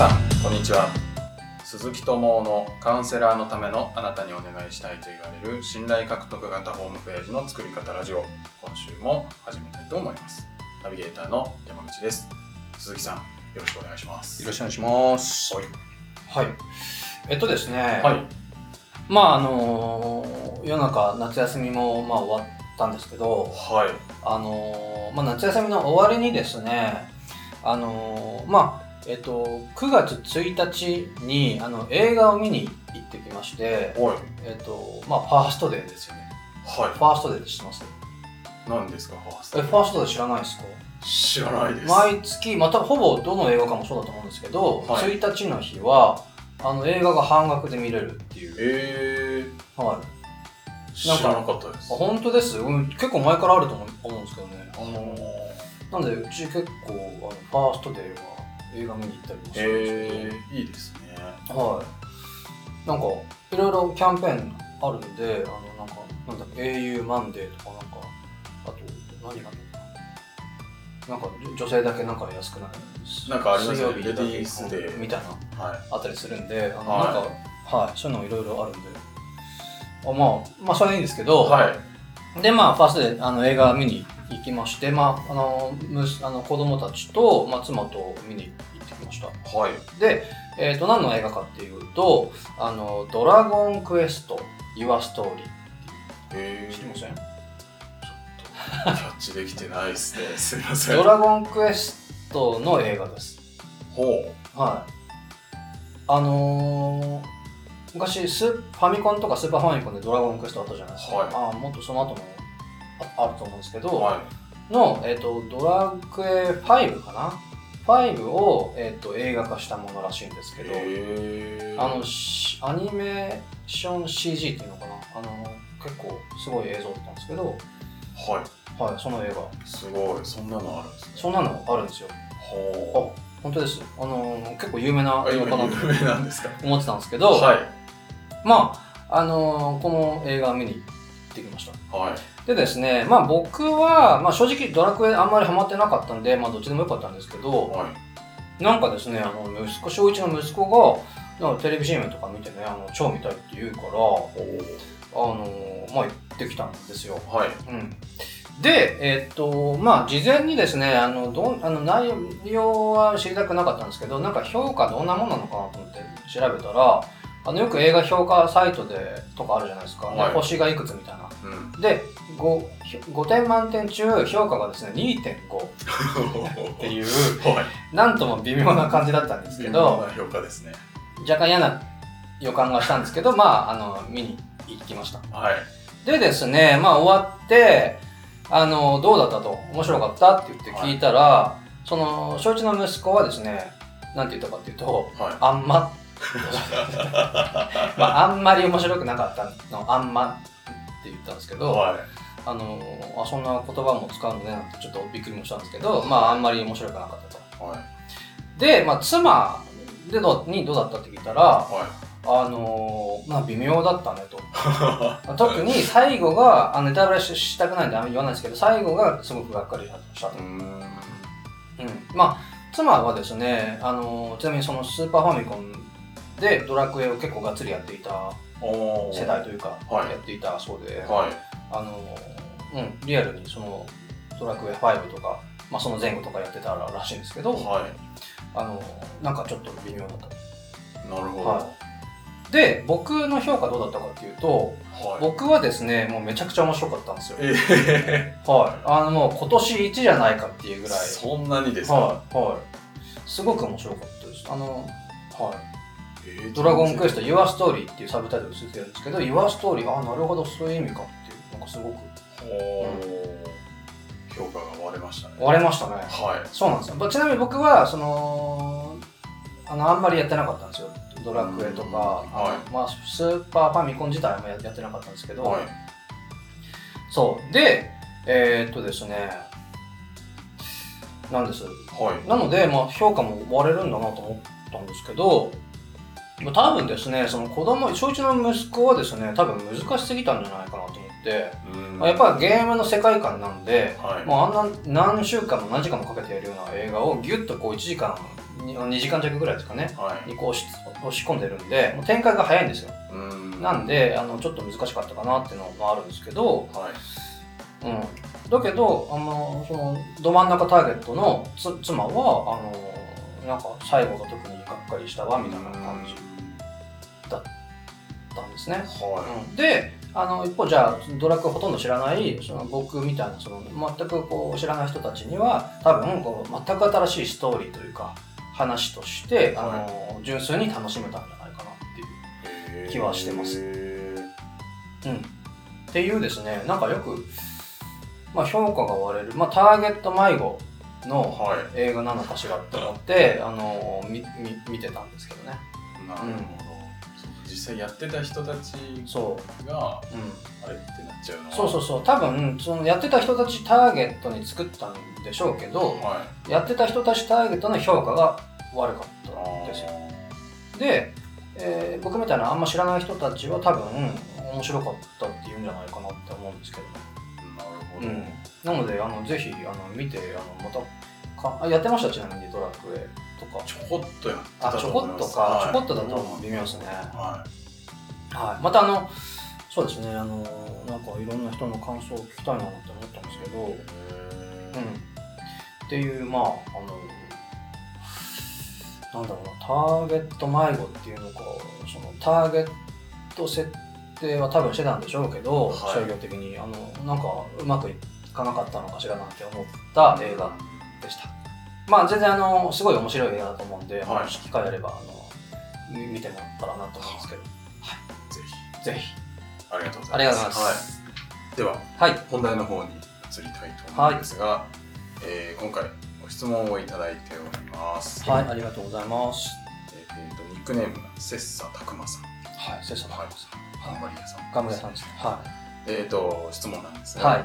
ちは鈴木智夫のカウンセラーのためのあなたにお願いしたいと言われる信頼獲得型ホームページの作り方ラジオ今週も始めたいと思いますナビゲーターの山口です鈴木さんよろしくお願いしますよろしくお願いします。はいはい。えっとですね、はいまああのー世の中夏休みもまあ終わったんですけど、はいあのーまあ夏休みの終わりにですね、あのーまあえっと9月1日にあの映画を見に行ってきまして、おいえっとまあファーストデーですよね。フはァーストデーって知ってます？い何ですかファーストえファーストデー知らないですか？知らないです毎月、まあ、多分ほぼどの映画かもそうだと思うんですけど、はい1日の日はあの映画が半額で見れるっていう、えー、はい、知らなかったですあ本当です、うん、結構前からあると思う思うんですけどねあのなんでうち結構あのファーストデーは映画見に行ったりもするんですけえー、いいですねど、はいなんかいろいろキャンペーンあるんであのなんかなんだっけ au マンデーとかなんかあと何があるのかななんか女女性だけなんか安くなるなんかありますよね水曜日だけレディースデーみたいなはあったりするんで、あのはいなんか、はい、そういうのいろいろあるんで、あまあ、まあ、それはいいんですけど、いはいで、まあ、ファーストであの映画見に行きまして、まあ、あのむあの子供たちと、まあ、妻と見に行ってきました。はいで、えー、と何の映画かっていうとあの「ドラゴンクエスト・ユア・ストーリえー、ー」知ってませんキャッチできてないです ね。すみません。ドラゴンクエストの映画です。ほはい。あのー昔スーファミコンとかスーパーファミコンでドラゴンクエストあったじゃないですか。はいあもっとその後もああると思うんですけど、う。はの、えっとドラクエ5かな ?5 を、えっと映画化したものらしいんですい。けど、へーあの、しアニメーション CG っていうのかなあの結構すごい映像だったんですけど、ははい、その映画。い。すごい。そんなのあるんですね。そんなのあるんですよ。ほう。本当です。あのー結構有名なあ、映今画かなと有名なんですか。思ってたんですけど、はい。まあ、あのーこの映画見に行ってきました。はい。でですね、まあ僕は、まあ正直ドラクエあんまりハマってなかったんで、まあどっちでもよかったんですけど、はなんかですね、あの、息子、小一の息子が、なんかテレビ CM とか見てね、あの、超見たいって言うから、あい。ほのーまあ行ってきたんですよ。う。はい。うん。で、えっと、まあ事前にですね、あの、どん、あの、内容は知りたくなかったんですけど、なんか評価どんなものなのかなと思って調べたら、あの、よく映画評価サイトでとかあるじゃないですか。ではい星がいくつみたいな。 うん。で 5, 5点満点中評価がですね2.5っていうはい。なんとも微妙な感じだったんですけどな評価ですね。若干嫌な予感がしたんですけどまああの見に行きましたはい。でですねまあ終わってあのどうだったと面白かったって言って聞いたら、その承知の息子はですねなんて言ったかっていうとはあんま まああんまり面白くなかったのあんまって言ったんですけい。ど、はあのあそんな言葉も使うのねなんてちょっとびっくりもしたんですけど、まあ、あんまり面白くなかったと。い。はい。で、まあ、妻でどにどうだったって聞いたら、はあのまあ、微妙だったねと。特に最後が、あのネタバレししたくないんであんまり言わないですけど、最後がすごくがっかりしたい。と。うーん。うん。まあ、妻はですね、あのちなみにそのスーパーファミコンでドラクエを結構がっつりやっていたおー世代というか、はいやっていたそうで、はい。あのうん、リアルにそのドラクエ5とか、まあ、その前後とかやってたらしいんですけど、はあのなんかちょっと微妙だったい。なるほど。はで僕の評価どうだったかっていうとは僕はですねもうめちゃくちゃ面白かったんですよい。ええ。はいあのもう今年一じゃないかっていうぐらいそんなにですか。はいはいすごく面白かったですあのはいえー「ドラゴンクエスト Your Story」っていうサブタイトルついてるんですけど Your Story あなるほどそういう意味かっていうなんかすごくおー評価が割れましたね。割れましたねはそうなんですよまあちなみに僕はそのあのあんまりやってなかったんですよドラクエとか、うんはまあ、スーパーファミコン自体はややってなかったんですけい。ど、はい。そうでえーっとですねなんですはい。なので、まあ、評価も割れるんだなと思ったんですけどまあ多分ですねその子供小一の息子はですね多分難しすぎたんじゃないかなと思って、うんまあやっぱゲームの世界観なんではい。もうあんな何週間も何時間もかけてやるような映画をギュッとこう1時間2時間弱ぐらいですかね、はい。にこう押し押し込んでるんで、もう展開が早いんですよ。うんなはんで、あの、ちょっと難しかったかなっていうのもあるんですけど、い。うん。だけど、あの、その、ど真ん中ターゲットのつ妻は、あの、なんか最後の時にがっかりしたわ、みたいな感じだったんですね。はうんであの一方じゃあドラッグをほとんど知らないその僕みたいなその全くこう知らない人たちには多分こう全く新しいストーリーというか話として、あの純粋に楽しめたんじゃないかなっていう。い。気はしてますへうん、っていうですねなんかよく、まあ、評価が割れる、まあ、ターゲット迷子ー。のは映画なのかしらって思って、あのみみ見てたんですけどね。い。なるほど。そう実際やってた人たちそがう、うんあれってなっちゃうのはそうそうそう多分そのやってた人たちターゲットに作ったんでしょうけどはやってた人たちターゲットの評価が悪かっい。たんですよあで、えー僕みたいなあんま知らない人たちは多分面白かったって言うんじゃないかなって思うんですけど、ーなるほうど。ん、なのであのぜひあの見てあのまたかあやってましたちなみにドラクエとかちょこっとやってたあちとょ思こいっまとすか、はいちょこっとだと微妙ですね、ははい、またあのそうですねあのなんかいろんな人の感想を聞きたいなって思ったんですけどい。へうん、ーっていうまああのなんだろうなターゲット迷子っていうのかそのターゲット設定は多分してたんでしょうけど、はい商業的にあのなんかうまくいかなかったのかしらなんて思った映画でしたまあ全然あのすごい面白い映画だと思うんで、はいもし機会あればあのみ見てもらったらなと思うんですけど、ぜひぜひありがとうございますありがとうございまはすい、でははい、本題の方に移りたいと思うんですが、えー今回ご質問をいただいております、はいありがとうございますえーえーとニックネームが切磋琢磨さんはい切磋琢磨さん頑はい張り屋さん頑張れさんですはえー、と質問なんですい、が、はいえ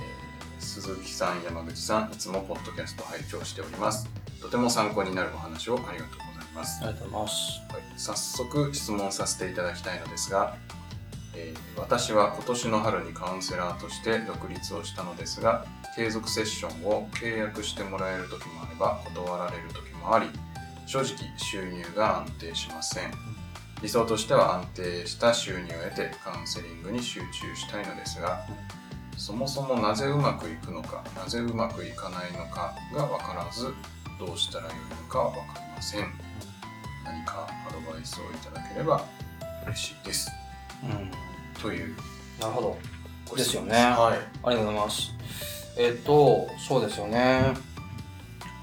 ー鈴木さん山口さんいつもポッドキャスト拝聴しておりますとても参考になるお話をありがとうございますありがとうございます。はい早速質問させていただきたいのですが、えー私は今年の春にカウンセラーとして独立をしたのですが継続セッションを契約してもらえる時もあれば断られる時もあり正直収入が安定しません理想としては安定した収入を得てカウンセリングに集中したいのですがそもそもなぜうまくいくのかなぜうまくいかないのかが分からずどうしたらよいのかは分かりません何かアドバイスをいただければ嬉しいですうん、というなるほど。ご質問ですよねはいありがとうございます。えっ、と、そうですよね。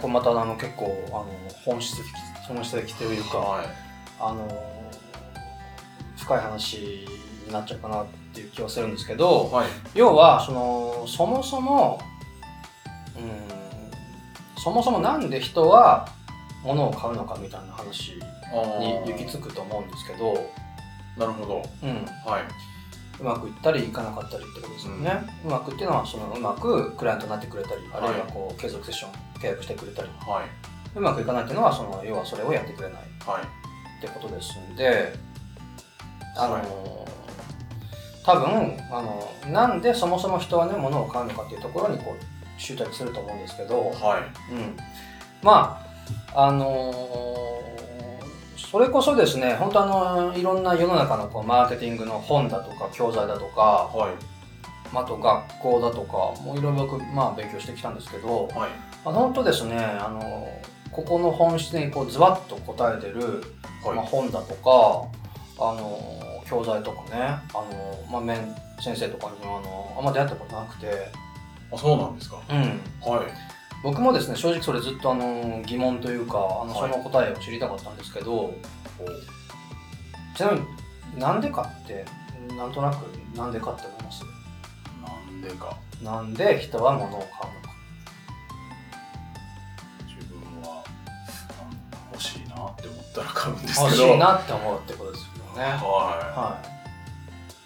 これまたあの結構あの本質的本質的というか、はいあの深い話になっちゃうかなっていう気はするんですけど、はい要はそのそもそも、うん、そもそもなんで人は物を買うのかみたいな話にあー行き着くと思うんですけど、なるほどうん、はいうまくいったりいかなかったりってことですよね、うまくっていうのはそのうまくクライアントになってくれたりあるいはこう継続セッション契約してくれたりはいうまくいかないっていうのはその要はそれをやってくれないっはいてことですんであの、はい多分あのなんでそもそも人はね物を買うのかっていうところにこう執着すると思うんですけど、はいうん、まああのそれこそですね本当あのいろんな世の中のこうマーケティングの本だとか教材だとか、はいまあ、あと学校だとかもういろいろ僕、まあ、勉強してきたんですけど、はいまあ、本当ですねあのここの本質にこうズバッと答えてる、まあ、はい本だとかあの教材とかねあの、まあ、面先生とかにはあのあんま出会ったことなくて、あそうなんですかはうん、い僕もですね正直それずっとあの疑問というかあのそはいの答えを知りたかったんですけど、おちなみになんでかってなんとなくなんでかって思いますなんでかなんで人は物を買うのか自分はあ欲しいなって思ったら買うんですけど欲しいなって思うってことですよね。ははい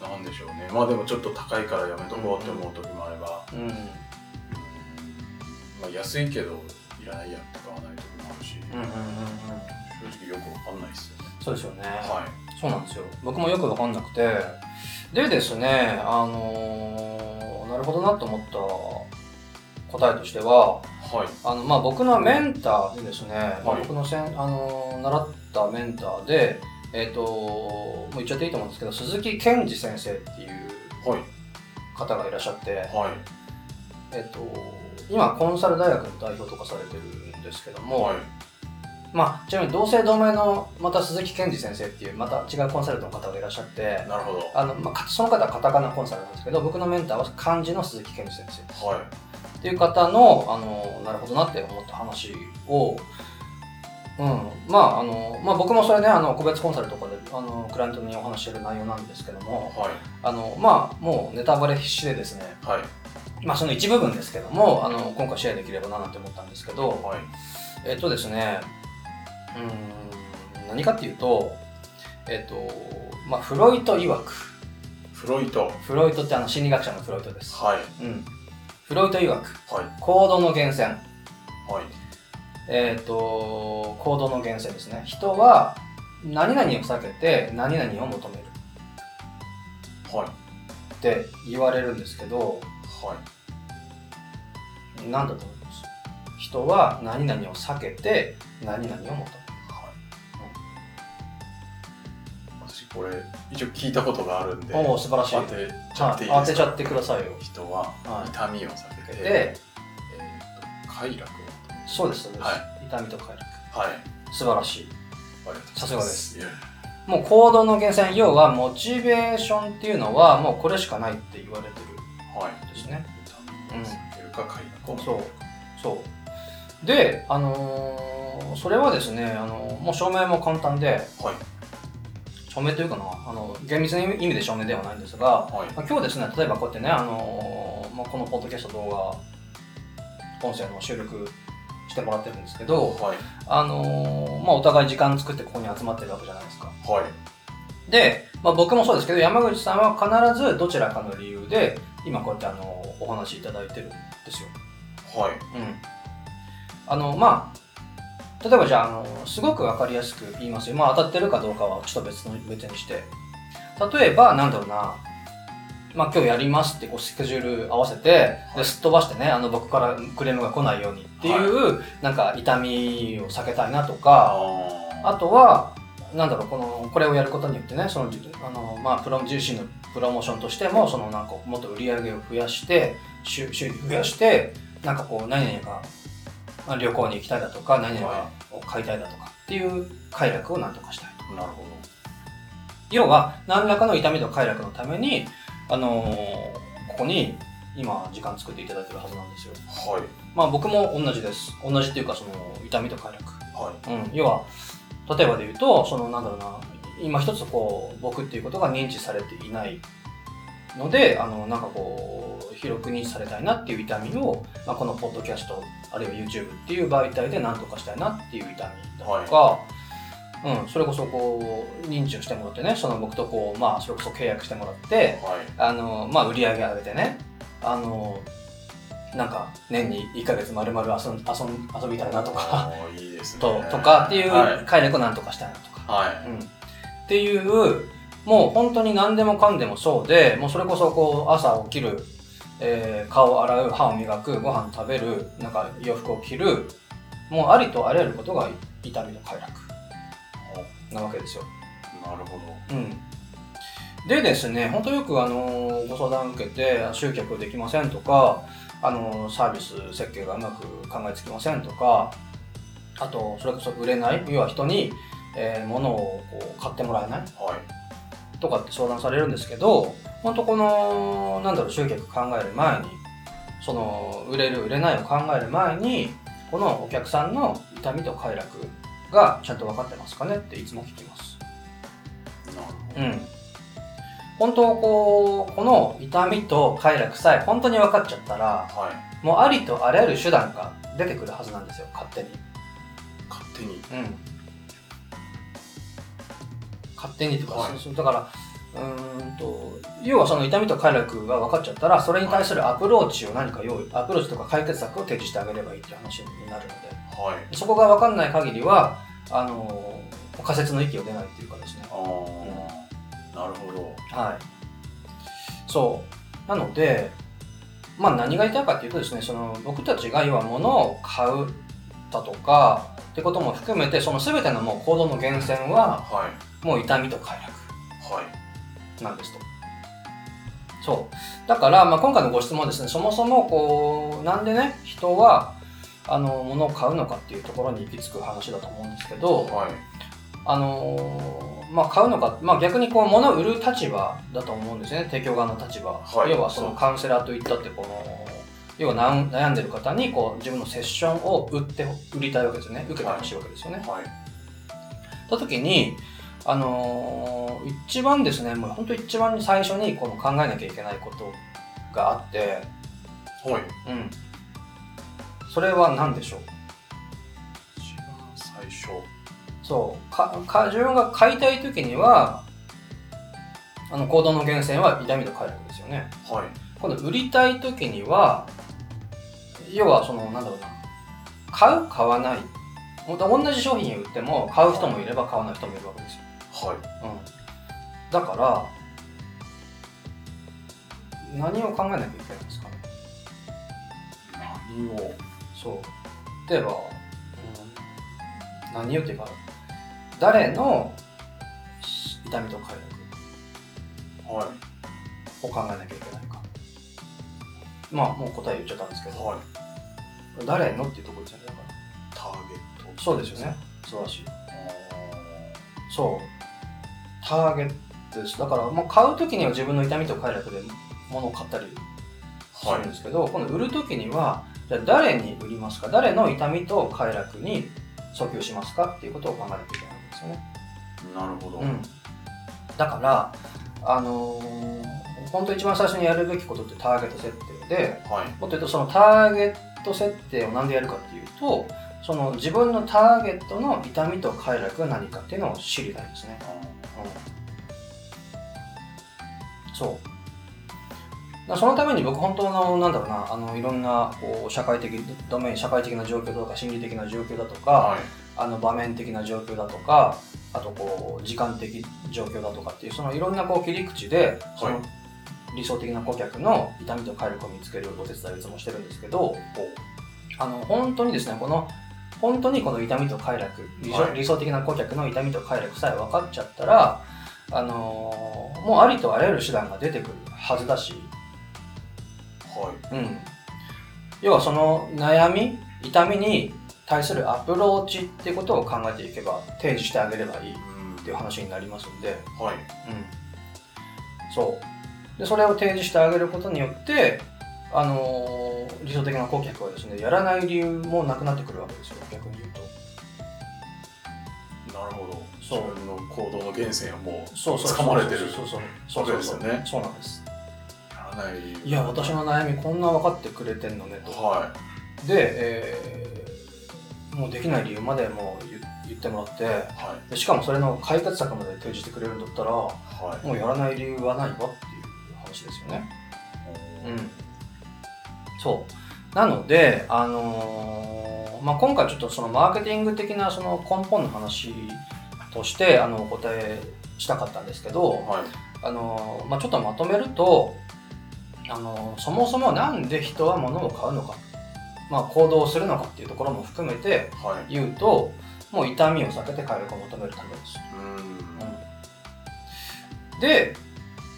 なんでしょうねまあでもちょっと高いからやめとこうって思う時もあれば、い。うん。まあ、安いけどいらないやって買わない時もあるし、うんうんうんうん。正直よくわかんないですよねそうですよね。はそうなんですよ。僕もよくわかんなくて。でですね、あのーなるほどなと思った答えとしては、はい。あのまあ、僕のメンターでですね、まあはい僕のせんあの習ったメンターで、えっともう言っちゃっていいと思うんですけど鈴木健二先生っていうはい。方がいらっしゃって、はい。えっと今コンサル大学の代表とかされてるんですけども、はい。まあ、ちなみに同姓同名のまた鈴木健二先生っていうまた違うコンサルトの方がいらっしゃってなるほど。あの、まあ、かその方はカタカナコンサルなんですけど僕のメンターは漢字の鈴木健二先生ですはい。っていう方のあのなるほどなって思った話を、うんまああのまあ、僕もそれねあの個別コンサルとかであのクライアントにお話ししてる内容なんですけどもはい。あの、まあ、もうネタバレ必至でですね、はい。まあ、その一部分ですけどもあの今回シェアできればななんて思ったんですけどはい。えっとですねうーん何かっていうとえっとまあフロイト曰くフロイト。フロイトってあの心理学者のフロイトです、はい。うん、フロイト曰くはい。行動の源泉はい。えっ、と、行動の源泉ですね。人は何々を避けて何々を求めるはい。って言われるんですけど、はい。何だと思います人は何々を避けて何々を求める。私これ一応聞いたことがあるんでおお、素晴らしい。当はいてちゃっていい当でてすちゃかってくださいよ。人ははい痛みを避けて、で、えーと快楽をそうです、そうです。は痛みと快楽。はい素晴らしい。ありがとうございますさすがですいやもう行動の源泉、要はモチベーションっていうのはもうこれしかないって言われてるはいんですね。痛みを避けるか快楽をそうそうであのーそれはですね、あのーもう証明も簡単ではい証明というかなあの厳密な意味で証明ではないんですが、はいまあ、今日ですね例えばこうやってね、あのーまあ、このポッドキャスト動画音声の収録してもらってるんですけど、はいあのーまあ、お互い時間作ってここに集まってるわけじゃないですかはいで、まあ、僕もそうですけど山口さんは必ずどちらかの理由で今こうやって、あのーお話しいただいてるんですよはいうん、あのまあ例えばじゃああのすごく分かりやすく言いますよ、まあ、当たってるかどうかはちょっと別の別にして例えばなんだろうなまあ今日やりますってこうスケジュール合わせてですっ飛ばしてねあの僕からクレームが来ないようにっていう、なんか痛みを避けたいなとかああとはなんだろうこのこれをやることによってねそのあの、まあ、プロ自身のプロモーションとしてもそのなんかもっと売り上げを増やして収収入増やしてなんかこう何々がまあ旅行に行きたいだとか何々がを買いたいだとかっていう快楽を何とかしたいとーなるほ要は何らかの痛みと快楽のために、あのーここに今時間作っていただいてるはずなんですよどはいまあ僕も同じです同じっていうかその痛みと快楽はいうん、要は例えばで言うとそのなんだろうな今一つこう僕っていうことが認知されていないのであのなんかこう広く認知されたいなっていう痛みを、まあ、このポッドキャストあるいは YouTube っていう媒体で何とかしたいなっていう痛みだとか、うん、それこそこう認知をしてもらってねその僕とこう、まあ、それこそ契約してもらってはいあの、まあ、売り上げ上げてねあのなんか年に1ヶ月まるまる遊ん遊ん遊びたいなとか。あーいいですねととかっていうはい快楽をなんとかしたいなとか、はうん、っていうもう本当に何でもかんでもそうでもうそれこそこう朝起きる、えー顔を洗う歯を磨くご飯食べるなんか洋服を着るもうありとあらゆることが痛みの快楽なわけですよ。いなるほうんでですね、本当よく、あのご相談受けて集客できませんとか、あのサービス設計がうまく考えつきませんとかあとそれこそ売れない要は人に、えー物をこう買ってもらえないどはいとかって相談されるんですけど本当このなんだろう集客考える前にその売れる売れないを考える前にこのお客さんの痛みと快楽がちゃんと分かってますかねっていつも聞きます。なるほどうん、本当こうこの痛みと快楽さえ本当に分かっちゃったらはいもうありとあらゆる手段が出てくるはずなんですよ勝手に、勝手にうん、勝手にとか、はいそうだからうーんと要はその痛みと快楽が分かっちゃったらそれに対するアプローチを何か用意アプローチとか解決策を提示してあげればいいっていう話になるのではいそこが分かんない限りはあの仮説の域を出ないっていうかですねああなるほどはい。そう。なので、まあ、何が言いたいかっていうとですねその僕たちが要は物を買うだとかってことも含めてその全てのもう行動の源泉ははいもう痛みと快楽はいなんですと。そうだから、まあ、今回のご質問はですねそもそもこうなんでね人はあの物を買うのかっていうところに行き着く話だと思うんですけど、はいあのーまあ、買うのか、まあ、逆にこう物を売る立場だと思うんですよね提供側の立場、はい要はそのそうカウンセラーといったってこの要は悩ん悩んでる方にこう自分のセッションを売って売りたいわけですよね受けてほしいわけですよね。はいた時にあのー一番ですねもう本当一番最初にこの考えなきゃいけないことがあって、はいうん、それは何でしょう一番最初そうかか自分が買いたい時にはあの行動の源泉は痛みと快楽ですよねはい今度売りたい時には要はそのなんだろうな買う買わないほんと同じ商品を売っても買う人もいれば買わない人もいるわけですよ、はいうん、だから何を考えなきゃいけないんですかね何をそう例えば、うん何をっていうか誰のし痛みと快はい楽を考えなきゃいけないかまあもう答え言っちゃったんですけどはい誰のっていうところじゃないかターゲッらトそうですよね素晴らしいそうターゲットですだからもう買う時には自分の痛みと快楽で物を買ったりすはるんですけど、今度売る時にはじゃあ誰に売りますか誰の痛みと快楽に訴求しますかっていうことを考えなきゃいけないんですよねいなるほど、うん、だから、あのー本当一番最初にやるべきことってターゲット設定ではいもっと言うとそのターゲット設定を何でやるかっていうとその自分のターゲットの痛みと快楽が何かっていうのを知りたいですね、うん、そうだからそのために僕本当のなんだろうなあのいろんなこう社会的ドメイン社会的な状況とか心理的な状況だとか、はいあの場面的な状況だとかあとこう時間的状況だとかっていうそのいろんなこう切り口でそはの理想的な顧客の痛みと快楽を見つけるお手伝いをいつもしてるんですけどあの本当にですねこの本当にこの痛みと快楽理想,、はい理想的な顧客の痛みと快楽さえ分かっちゃったら、あのーもうありとあらゆる手段が出てくるはずだし、はいうん、要はその悩み痛みに対するアプローチっていうことを考えていけば提示してあげればいいっうんていう話になりますんで、はいうん、そうでそれを提示してあげることによって、あのー理想的な顧客はですねやらない理由もなくなってくるわけですよ逆に言うとなるほどそう自分の行動の源泉をもそうそう掴まれてるそうそうそうそうそうわけですよねそうなんですうやらない理由いや私の悩みこんな分かってくれてんのねとはで、えーもうできない理由までもう言言ってもらっていはいでしかもそれの解決策まで提示してくれるんだったらもはいうやらない理由はないわっていう話ですよねうんそうなのであのーまあ、今回ちょっとそのマーケティング的なその根本の話としてあのお答えしたかったんですけど、はいあのーまあ、ちょっとまとめると、あのーそもそもなんで人は物を買うのか、まあ、行動するのかっていうところも含めてはい言うともう痛みを避けて快楽を求めるためです。うんで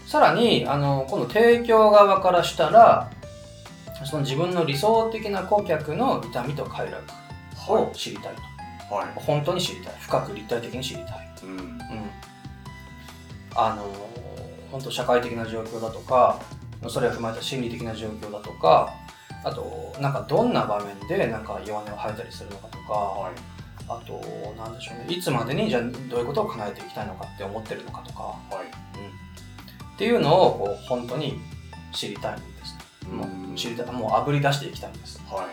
さらに、あのー今度提供側からしたらその自分の理想的な顧客の痛みと快楽を知りたいと、はい本当に知りたい深く立体的に知りたい。うんうん、あの本当社会的な状況だとかそれを踏まえた心理的な状況だとかあとなんかどんな場面でなんか弱音を吐いたりするのかとかはいあとなんでしょうねいつまでにじゃあどういうことを叶えていきたいのかって思ってるのかとか、はいうん、っていうのをこう本当に知りたいんです、もう知りたいもうあぶり出していきたいんですは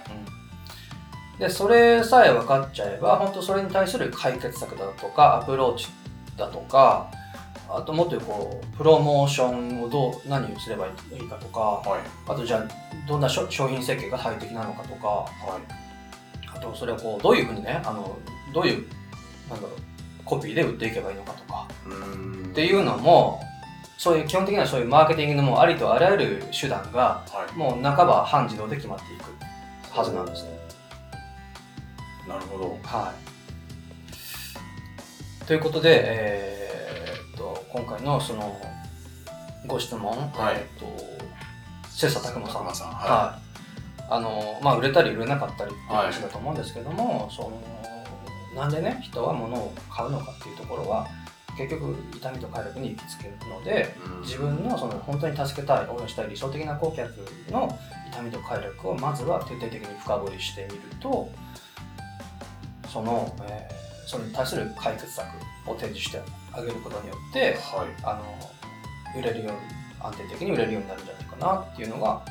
いでそれさえ分かっちゃえば本当それに対する解決策だとかアプローチだとかあともっと言うこうプロモーションをどう何をすればいいかとかはいあとじゃあどんな商商品設計が最適なのかとかはいあとそれをこうどういうふうにねあのどういうなんだろうコピーで売っていけばいいのかとかうんっていうのもそういう基本的にはそういうマーケティングのもうありとあらゆる手段がはもう半ば半自動で決まっていくはずなんですね。い、なるほど。はい、ということで、えーっと今回のそのご質問、はいえーっと切磋琢磨さん、まさん、ははいあのまあ、売れたり売れなかったりっていう話だと思うんですけども、そのなんでね人は物を買うのかっていうところは結局痛みと快楽に行きつけるので。い。うん自分のその本当に助けたい応援したい理想的な顧客の痛みと快楽をまずは徹底的に深掘りしてみるとその、えーそれに対する解決策を提示してあげることによってはい。あの売れるように安定的に売れるようになるんじゃないかなっていうのが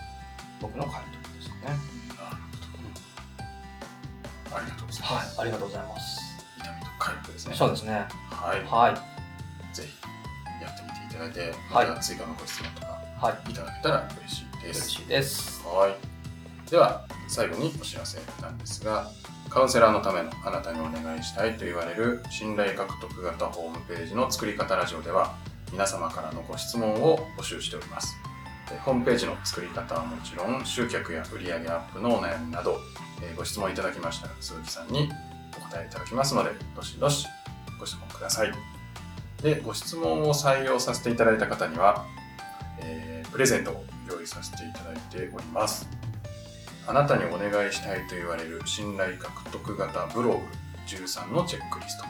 僕の回答ですかねありがとうございます。はいありがとうございます痛みと回復ですね。そうですねはい。はいぜひやってみていただいて、はいまた追加のご質問とかはいいただけたら嬉しいで嬉す。しいですはい。では、最後にお知らせなんですが、カウンセラーのためのあなたにお願いしたいと言われる信頼獲得型ホームページの作り方ラジオでは、皆様からのご質問を募集しております。えホームページの作り方はもちろん、集客や売上アップのお悩みなど、えーご質問いただきましたら鈴木さんにお答えいただきますので、どしどしご質問ください。で、ご質問を採用させていただいた方には、えープレゼントを用意させていただいております。あなたにお願いしたいと言われる信頼獲得型ブログ13のチェックリスト。で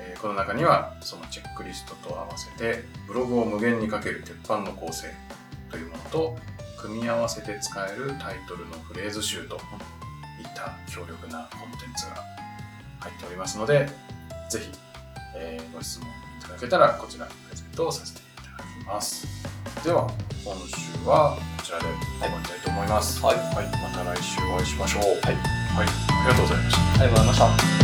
えーこの中にはそのチェックリストと合わせてブログを無限にかける鉄板の構成というものと組み合わせて使えるタイトルのフレーズ集といった強力なコンテンツが入っておりますのでぜひ、えーご質問いただけたらこちらにプレゼントをさせていただきますでは今週はこちらで終わりたいと思います、はいはい、また来週お会いしましょうはいはい、ありがとうございましたありがとうございました